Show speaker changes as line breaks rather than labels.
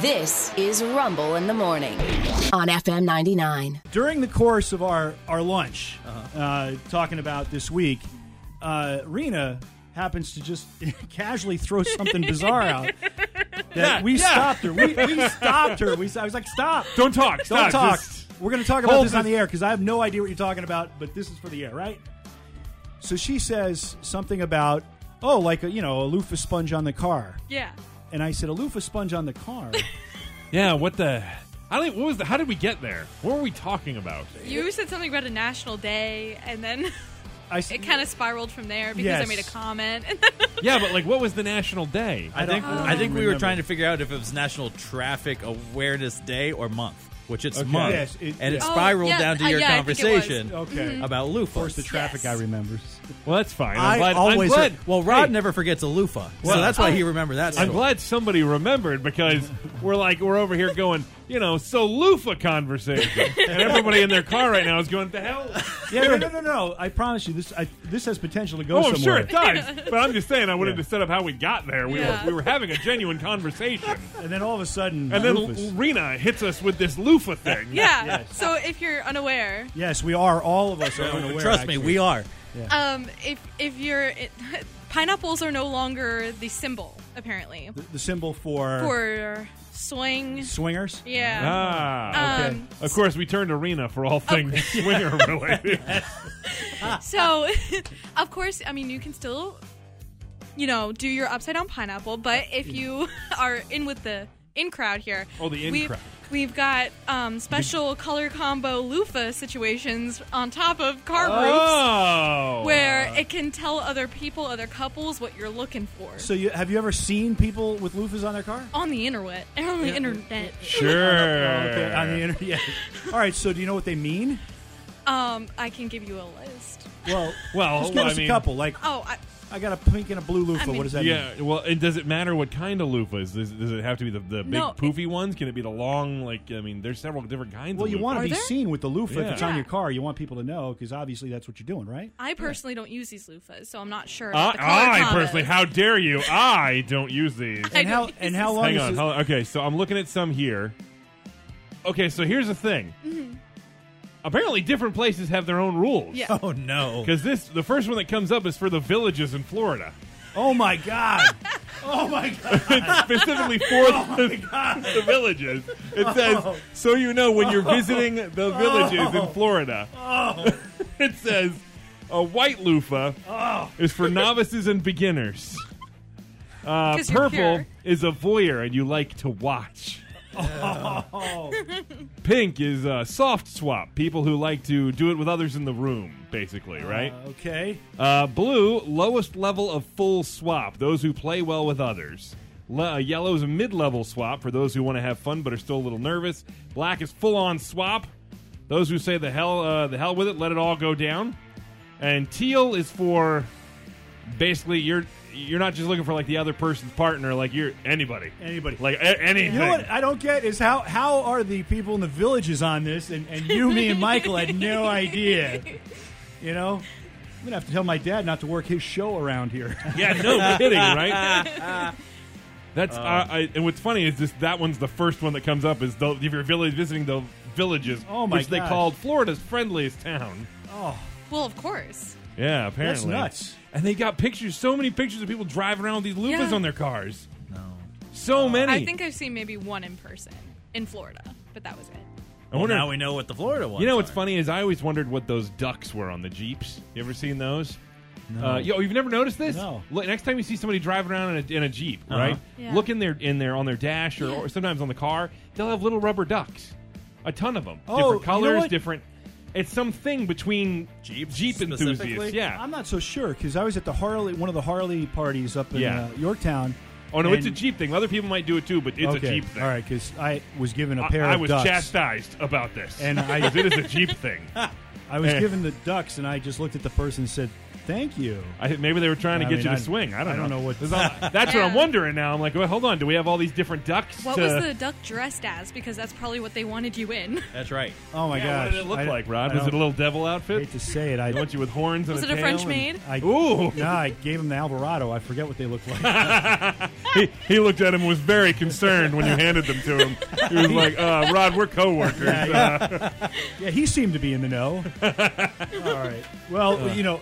This is Rumble in the Morning on FM 99.
During the course of our our lunch,
Uh-huh.
uh talking about this week, uh, Rena happens to just casually throw something bizarre out. That we
yeah.
stopped her. We, we stopped her. We, I was like, stop.
Don't talk.
Don't
Stop.
talk.
Just-
We're going to talk about
hold
this on
this-
the air because I have no idea what you're talking about, but this is for the air, right? So she says something about, oh, like a, you know, a loofah sponge on the car,
Yeah.
and I said a loofah sponge on the car.
yeah. What the? I don't. What was the? How did we get there? What were we talking about?
You said something about a national day, and then
I s-
it kind of spiraled from there because I
Yes.
made a comment. And then
Yeah, but like, what was the national day?
I think
don't-
I think we
remember.
were trying to figure out if it was National Traffic Awareness Day or month, which it's
Okay.
month,
Yes, it-
and it
yeah.
Oh,
spiraled
yeah,
down
uh,
to your
yeah, I think it was. Mm-hmm.
conversation
Okay. Of
about loofahs. Of
course, the traffic
Yes.
guy remembers.
Well, that's fine. I'm
I
glad.
always-
I'm glad.
well, Rod
Hey,
never forgets a loofah, so that's why he remembered that.
I'm
story.
glad somebody remembered because we're like we're over here going, you know, so loofah conversation, and everybody in their car right now is going, the hell.
Yeah, no, no, no, no. I promise you, this I, this has potential to go
Oh, I'm
somewhere.
sure it does, but I'm just saying I wanted
Yeah.
to set up how we got there. We,
Yeah.
were, we were having a genuine conversation,
And then all of a sudden,
and then
loofahs.
Rena hits us with this loofah thing.
yeah. So if you're unaware,
Yes, we are. All of us are unaware.
Trust
actually.
me, we are.
um, if if you're it, pineapples are no longer the symbol apparently
the symbol for,
for swing.
swingers.
Yeah.
Ah, okay.
Um,
of course, we turned to Rena for all things swinger related.
So, of course, I mean, you can still, you know, do your upside down pineapple, but if you are in with the in crowd here,
Oh, the in
we've,
crowd.
We've got um, special color combo loofah situations on top of car groups
Oh,
where it can tell other people, other couples, what you're looking for
So, you, have you ever seen people with loofahs on their car? Oh,
on the internet. On the internet.
sure.
Okay, on the internet. yeah. All right. So, do you know what they mean?
Um, I can give you a list.
Well,
Well,
just give
Oh, I
us
mean-
a couple. Like,
Oh, I,
I got a pink and a blue loofah.
I mean-
what does that mean?
Yeah, well, and does it matter what kind of loofahs? Does, does it have to be the, the big
No, it-
poofy ones? Can it be the long, like, I mean, there's several different kinds
Well,
of
you
loofahs.
want to
Are
be
there?
seen with the loofah if
Yeah.
it's on
Yeah.
your car. You want people to know because obviously that's what you're doing, right?
I personally don't use these loofahs, so I'm not sure.
I,
about the color
I
combos.
personally, how dare you? I don't use these.
I
And how
don't
and
use
how
these.
long
Hang
is
on,
this-
hold on. Okay, so I'm looking at some here. Okay, so here's the thing. Apparently, different places have their own rules.
Mm-hmm. Yeah.
Oh no!
Because this, the first one that comes up is for the villages in Florida,
Oh my god! oh my god!
specifically for the, the villages. It says, so you know when you're visiting the villages in Florida. it says a white loofah is for novices and beginners. Uh,
'Cause you're
purple
pure.
is a voyeur and you like to watch. Pink is uh, soft swap, people who like to do it with others in the room, basically, right?
Okay.
Uh, blue, lowest level of full swap, those who play well with others. Le- uh, yellow is a mid level swap for those who want to have fun but are still a little nervous. Black is full on swap, those who say the hell, uh, the hell with it, let it all go down. And teal is for basically you're you're not just looking for like the other person's partner, like you're anybody,
Anybody.
like a- anything.
You know what I don't get is how how are the people in the villages on this, and, and you, me, and Michael had no idea. You know, I'm gonna have to tell my dad not to work his show around here.
Yeah, no kidding, right? That's uh, I, and what's funny is this. That one's the first one that comes up is the, if you're village visiting the villages,
Oh, my
which they
gosh.
called Florida's friendliest town.
Well, of course.
Yeah, apparently
nuts.
And they got pictures, so many pictures of people driving around with these loofahs
Yeah.
on their cars. No, so many.
I think I've seen maybe one in person in Florida, but that was it.
I
Well,
wonder.
now we know what the Florida ones.
you know what's
are.
funny is I always wondered what those ducks were on the jeeps. You ever seen those? No. Uh, yo, you've never noticed this?
No. Uh-huh.
Look, next time you see somebody driving around in a, in a jeep, right?
Yeah.
Look in their in their on their dash or,
Yeah.
or sometimes on the car. They'll have little rubber ducks, a ton of them,
Oh, you know
different colors,
what?
different. It's something between
Jeep
jeep enthusiasts.
specifically?
Yeah.
I'm not so sure because I was at the Harley, one of the Harley parties up in
Yeah.
uh, Yorktown.
oh no, it's a
and-
jeep thing. Other people might do it too, but it's
okay,
a jeep thing.
All right, because I was given a
I,
pair
I
of
was
ducks,
chastised about this,
and I
'Cause it is a jeep thing.
I was
Eh.
given the ducks, and I just looked at the person and said, Thank you.
I think maybe they were trying to
I
get
mean,
you to
I-
swing. I don't.
I don't know what-
There's all- that's what I'm
Yeah.
wondering now. I'm like, well, hold on. Do we have all these different ducks?
What
to-
was the duck dressed as? Because that's probably what they wanted you in.
That's right.
Oh my
Yeah,
gosh!
what did it look
I-
like, Rod?
I
Was it a
don't-
little devil
I
outfit?
hate to say it. I
They want you with horns and
Was
a
it a
tail
French
and-
maid?
I,
Ooh.
No, I gave him the Alvarado. I forget what they look like.
He, he looked at him and was very concerned when you handed them to him. He was like, uh, Rod, we're coworkers.
Uh.
Yeah, he seemed to be in the know. All right. Well, you know,